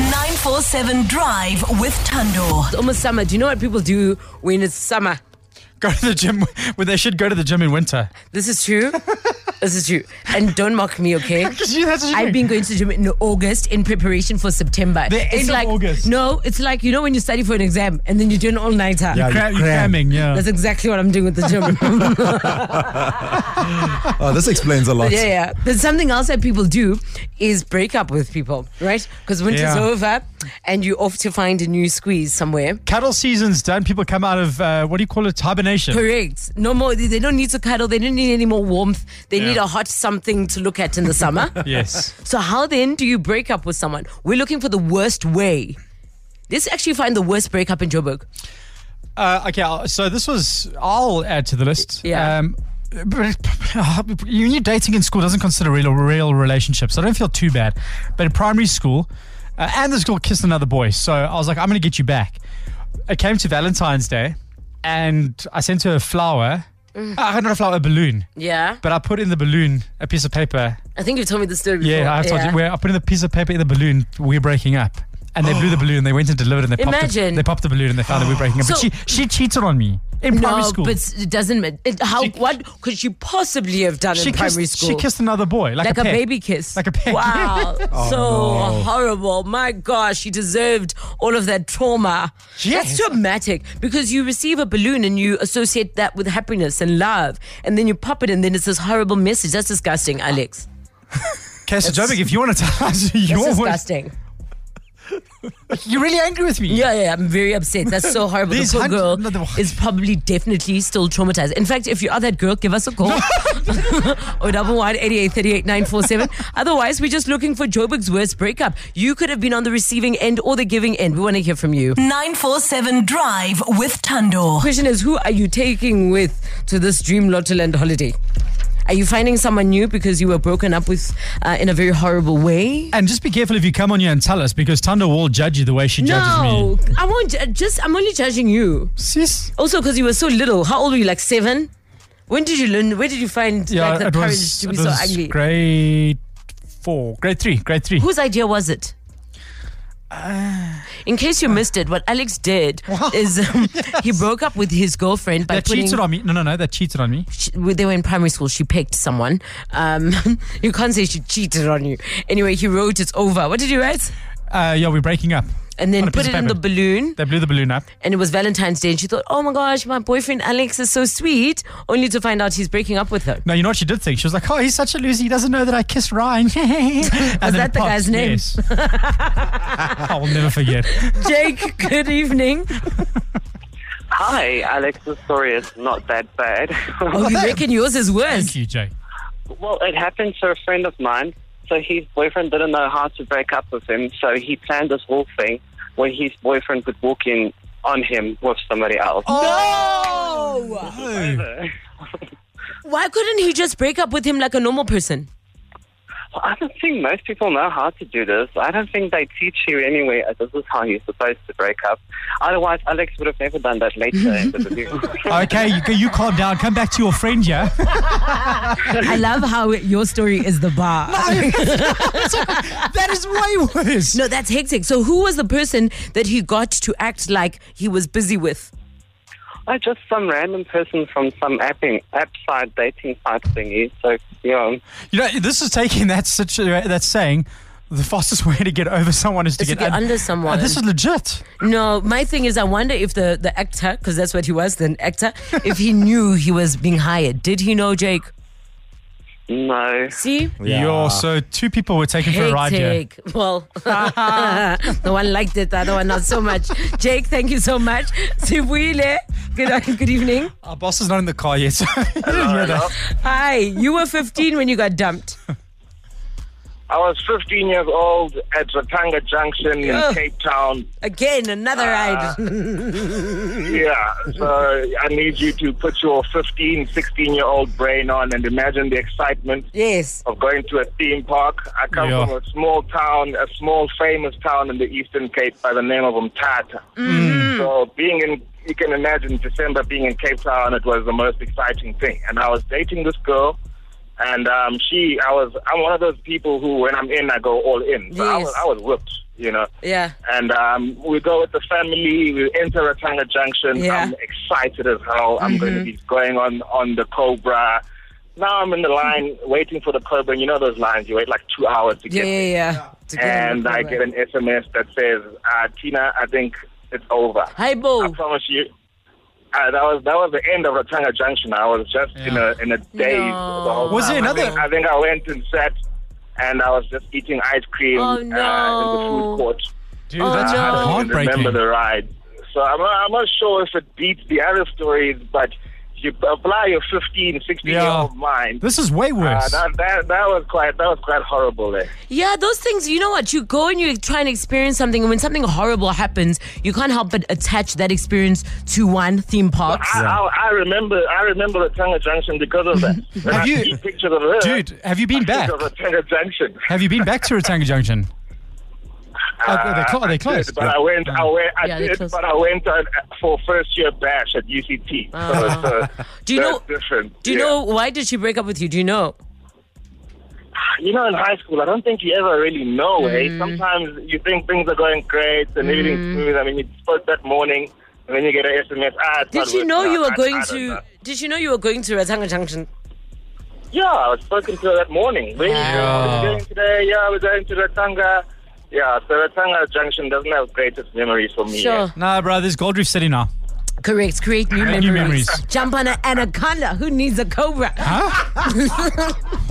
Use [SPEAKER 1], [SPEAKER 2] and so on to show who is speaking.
[SPEAKER 1] 947 Drive with Tando.
[SPEAKER 2] It's almost summer. Do you know what people do when it's summer?
[SPEAKER 3] Go to the gym. Well, they should go to the gym in winter.
[SPEAKER 2] This is true. this is true. And don't mock me, okay?
[SPEAKER 3] 'Cause you- that's what you
[SPEAKER 2] I've
[SPEAKER 3] do.
[SPEAKER 2] been going to the gym in August in preparation for September.
[SPEAKER 3] The end
[SPEAKER 2] it's
[SPEAKER 3] of
[SPEAKER 2] like
[SPEAKER 3] August.
[SPEAKER 2] no, it's like you know when you study for an exam and then you do an all nighter.
[SPEAKER 3] You're,
[SPEAKER 4] Yeah,
[SPEAKER 3] cra-
[SPEAKER 4] you
[SPEAKER 3] you're
[SPEAKER 4] cram.
[SPEAKER 3] cramming, yeah.
[SPEAKER 2] That's exactly what I'm doing with the gym.
[SPEAKER 4] Oh, this explains a lot.
[SPEAKER 2] yeah, yeah. But something else that people do is break up with people, right? Because winter's
[SPEAKER 3] Yeah.
[SPEAKER 2] over and you're off to find a new squeeze somewhere.
[SPEAKER 3] Cattle season's done. People come out of, uh, what do you call it, hibernation.
[SPEAKER 2] Correct. No more. They don't need to cuddle. They don't need any more warmth. They
[SPEAKER 3] Yeah.
[SPEAKER 2] need a hot something to look at in the summer.
[SPEAKER 3] Yes.
[SPEAKER 2] So how then do you break up with someone? We're looking for the worst way. Let's actually find the worst breakup in Joburg.
[SPEAKER 3] Uh, okay, I'll- so this was, I'll add to the list.
[SPEAKER 2] Yeah.
[SPEAKER 3] Um, but you need dating in school doesn't consider real real relationships. So I don't feel too bad. But in primary school, uh, and this girl kissed another boy. So I was like, I'm going to get you back. It came to Valentine's Day, and I sent her a flower. Uh, not a flower, a balloon.
[SPEAKER 2] Yeah.
[SPEAKER 3] But I put in the balloon a piece of paper.
[SPEAKER 2] I think you've told me the story before.
[SPEAKER 3] Yeah, I told you. Where I put in the piece of paper in the balloon. We're breaking up. And they blew the balloon. They went and delivered, and they popped.
[SPEAKER 2] Oh. Imagine.
[SPEAKER 3] The, they popped the balloon, and they found that we we're breaking up. but
[SPEAKER 2] So-
[SPEAKER 3] she she cheated on me in primary
[SPEAKER 2] No,
[SPEAKER 3] school.
[SPEAKER 2] but it doesn't matter. It- How?
[SPEAKER 3] She-
[SPEAKER 2] what could she possibly have done
[SPEAKER 3] she
[SPEAKER 2] in primary
[SPEAKER 3] kissed,
[SPEAKER 2] school?
[SPEAKER 3] She kissed another boy, like,
[SPEAKER 2] like a,
[SPEAKER 3] peck.
[SPEAKER 2] baby kiss.
[SPEAKER 3] Like a Oh, peck.
[SPEAKER 2] Wow. so
[SPEAKER 4] no.
[SPEAKER 2] horrible. My gosh, she deserved all of that trauma.
[SPEAKER 3] Yes.
[SPEAKER 2] That's traumatic because you receive a balloon and you associate that with happiness and love. And then you pop it and then it's this horrible message. That's disgusting, Alex.
[SPEAKER 3] Okay, so Jovic, if you want to tell us
[SPEAKER 2] That's
[SPEAKER 3] your worst,
[SPEAKER 2] disgusting.
[SPEAKER 3] you're really angry with me.
[SPEAKER 2] Yeah, yeah, I'm very upset. That's so horrible.
[SPEAKER 3] These
[SPEAKER 2] the poor
[SPEAKER 3] hun-
[SPEAKER 2] girl
[SPEAKER 3] no, the-
[SPEAKER 2] is probably definitely still traumatized. In fact, if you are that girl, give us a call. or double one eighty eight thirty eight nine four seven. Otherwise, we're just looking for Joburg's worst breakup. You could have been on the receiving end or the giving end. We want to hear from you.
[SPEAKER 1] 947 Drive with Tando.
[SPEAKER 2] Question is, who are you taking with to this dream Lottoland holiday? Are you finding someone new because you were broken up with uh, in a very horrible way?
[SPEAKER 3] And just be careful if you come on here and tell us because Tanda will judge you the way she judges me.
[SPEAKER 2] No, I won't. ju- Just I'm only judging you.
[SPEAKER 3] Sis.
[SPEAKER 2] Also, because you were so little. How old were you? Like seven? When did you learn? Where did you find
[SPEAKER 3] Yeah,
[SPEAKER 2] like, the
[SPEAKER 3] it
[SPEAKER 2] courage
[SPEAKER 3] was,
[SPEAKER 2] to be
[SPEAKER 3] it was
[SPEAKER 2] so ugly?
[SPEAKER 3] grade four, grade three, grade three.
[SPEAKER 2] Whose idea was it? In case you missed it, what Alex did is um, he broke up with his girlfriend by
[SPEAKER 3] That
[SPEAKER 2] putting.
[SPEAKER 3] cheated on me. No, no, no, that cheated on me.
[SPEAKER 2] she- well, they were in primary school. She picked someone. Um, you can't say she cheated on you. Anyway, he wrote it's over. What did he write?
[SPEAKER 3] Uh, yeah, we're breaking up.
[SPEAKER 2] And
[SPEAKER 3] On
[SPEAKER 2] then
[SPEAKER 3] a piece
[SPEAKER 2] put it
[SPEAKER 3] of
[SPEAKER 2] in the
[SPEAKER 3] paper.
[SPEAKER 2] balloon.
[SPEAKER 3] They blew the balloon up.
[SPEAKER 2] And it was Valentine's Day. And she thought, oh my gosh, my boyfriend Alex is so sweet. Only to find out he's breaking up with her.
[SPEAKER 3] No, you know what she did think? She was like, "Oh, he's such a loser. He doesn't know that I kissed Ryan." was that
[SPEAKER 2] that the guy's name?
[SPEAKER 3] Yes. I will never forget.
[SPEAKER 2] Jake, good evening.
[SPEAKER 5] Hi, Alex. The story is not that bad.
[SPEAKER 2] Oh, you reckon yours is
[SPEAKER 3] Thank
[SPEAKER 2] worse?
[SPEAKER 3] you, Jay.
[SPEAKER 5] well, it happened to a friend of mine. So his boyfriend didn't know how to break up with him. So he planned this whole thing where his boyfriend would walk in on him with somebody else.
[SPEAKER 3] Oh.
[SPEAKER 2] No! Why couldn't he just break up with him like a normal person?
[SPEAKER 5] I don't think most people know how to do this. I don't think they teach you anyway. uh, This is how you're supposed to break up. Otherwise, Alex would have never done that later. in the video.
[SPEAKER 3] Okay, you, you calm down. Come back to your friend, yeah.
[SPEAKER 2] I love how your story is the bar.
[SPEAKER 3] that is way worse.
[SPEAKER 2] No, that's hectic. So, who was the person that he got to act like he was busy with?
[SPEAKER 5] I just some random person from some apping, app side dating site thingy. So, yeah.
[SPEAKER 3] You know, this is taking that situa- that saying. The fastest way to get over someone is to,
[SPEAKER 2] Is to
[SPEAKER 3] get,
[SPEAKER 2] get
[SPEAKER 3] un-
[SPEAKER 2] under someone.
[SPEAKER 3] Uh, this is legit.
[SPEAKER 2] No, my thing is, I wonder if the, the actor, because that's what he was, an actor, if he knew he was being hired. Did he know, Jake?
[SPEAKER 5] No.
[SPEAKER 2] See?
[SPEAKER 4] Yeah.
[SPEAKER 3] Yo, so two people were taken for a ride here.
[SPEAKER 2] Hectic. Well, the one liked it, the other one not so much. Jake, thank you so much. Sibuile, good, good evening.
[SPEAKER 3] Our boss is not in the car yet. So you didn't hear that.
[SPEAKER 2] Hi, you were 15 when you got dumped.
[SPEAKER 6] I was 15 years old at Ratanga Junction in
[SPEAKER 2] Ugh.
[SPEAKER 6] Cape Town.
[SPEAKER 2] Again, another ride.
[SPEAKER 6] Yeah, so I need you to put your 15, 16 year old brain on and imagine the excitement
[SPEAKER 2] Yes.
[SPEAKER 6] of going to a theme park. I come
[SPEAKER 3] Yeah.
[SPEAKER 6] from a small town, a small famous town in the Eastern Cape by the name of Umtata.
[SPEAKER 2] Mm-hmm.
[SPEAKER 6] So being in, you can imagine December being in Cape Town, it was the most exciting thing. And I was dating this girl. And um, she, I was, I'm one of those people who, when I'm in, I go all in. So I
[SPEAKER 2] Yes.
[SPEAKER 6] was, I was whipped. you know.
[SPEAKER 2] Yeah.
[SPEAKER 6] And um, we go with the family. We enter Ratanga Junction.
[SPEAKER 2] Yeah. Mm-hmm.
[SPEAKER 6] I'm excited as hell. I'm going to be going on on the Cobra. Now I'm in the line waiting for the Cobra. And you know those lines. You wait like two hours to
[SPEAKER 2] Mm-hmm. Yeah,
[SPEAKER 6] get.
[SPEAKER 2] yeah,
[SPEAKER 6] there.
[SPEAKER 2] yeah. To get in
[SPEAKER 6] And
[SPEAKER 2] the
[SPEAKER 6] I
[SPEAKER 2] Cobra.
[SPEAKER 6] get an SMS that says, uh, "Tina, I think it's over."
[SPEAKER 2] Hi, Bo.
[SPEAKER 6] I promise you. Uh, that was that was the end of Ratanga Junction. I was just in a in a daze.
[SPEAKER 2] No.
[SPEAKER 6] the whole
[SPEAKER 3] Was
[SPEAKER 6] time.
[SPEAKER 3] there
[SPEAKER 6] I
[SPEAKER 3] another-
[SPEAKER 6] think, I think I went and sat, and I was just eating ice cream
[SPEAKER 2] Oh,
[SPEAKER 6] uh, in the
[SPEAKER 2] no.
[SPEAKER 6] food court.
[SPEAKER 3] Dude,
[SPEAKER 2] Oh,
[SPEAKER 3] that's
[SPEAKER 2] no.
[SPEAKER 6] I don't even
[SPEAKER 3] heartbreaking.
[SPEAKER 6] remember the ride. So I'm not, I'm not sure if it beats the other stories, but you apply your 15, 16 year
[SPEAKER 3] Yeah.
[SPEAKER 6] old mind.
[SPEAKER 3] This is way
[SPEAKER 6] uh,
[SPEAKER 3] worse.
[SPEAKER 6] that, that that was quite that was quite horrible there.
[SPEAKER 2] Yeah, those things, you know what? You go and you try and experience something, and when something horrible happens, you can't help but attach that experience to one theme park.
[SPEAKER 6] I, I, I remember I remember the Tanga Junction because of that. When
[SPEAKER 3] Have
[SPEAKER 6] I
[SPEAKER 3] you-
[SPEAKER 6] see pictures of her,
[SPEAKER 3] Dude, have you
[SPEAKER 6] I
[SPEAKER 3] been
[SPEAKER 6] think
[SPEAKER 3] back?
[SPEAKER 6] of Ratanga Junction.
[SPEAKER 3] Have you been back to Ratanga Junction? Oh, they're- they're clo-
[SPEAKER 6] I
[SPEAKER 3] they're
[SPEAKER 6] did,
[SPEAKER 3] closed.
[SPEAKER 6] But I went, I went, I
[SPEAKER 2] Yeah, they're
[SPEAKER 6] did,
[SPEAKER 2] closed.
[SPEAKER 6] but I went on for first year bash at UCT. So, it's, uh,
[SPEAKER 2] Uh-huh. Do you know-
[SPEAKER 6] that's Different.
[SPEAKER 2] Do you
[SPEAKER 6] Yeah.
[SPEAKER 2] know why did she break up with you? Do you know?
[SPEAKER 6] You know, in high school, I don't think you ever really know.
[SPEAKER 2] Mm-hmm.
[SPEAKER 6] Hey, sometimes you think things are going great and everything's smooth. I mean, you spoke that morning, and then you get an SMS. Ah, it's
[SPEAKER 2] Did
[SPEAKER 6] not
[SPEAKER 2] she
[SPEAKER 6] working
[SPEAKER 2] know
[SPEAKER 6] out.
[SPEAKER 2] you
[SPEAKER 6] I-
[SPEAKER 2] were
[SPEAKER 6] I
[SPEAKER 2] going
[SPEAKER 6] don't
[SPEAKER 2] to?
[SPEAKER 6] know.
[SPEAKER 2] Did she know you were going to Ratanga Junction?
[SPEAKER 6] Yeah, I was spoken to her that morning. Really?
[SPEAKER 3] Yeah.
[SPEAKER 6] We're going today. Yeah, we're going to Ratanga. Yeah, so Ratanga Junction doesn't have greatest memories for me. eh?
[SPEAKER 2] Sure.
[SPEAKER 3] Nah, bro, there's Goldreef City now.
[SPEAKER 2] Correct. Create new memories.
[SPEAKER 3] memories.
[SPEAKER 2] Jump on an anaconda. Who needs a cobra?
[SPEAKER 3] Huh?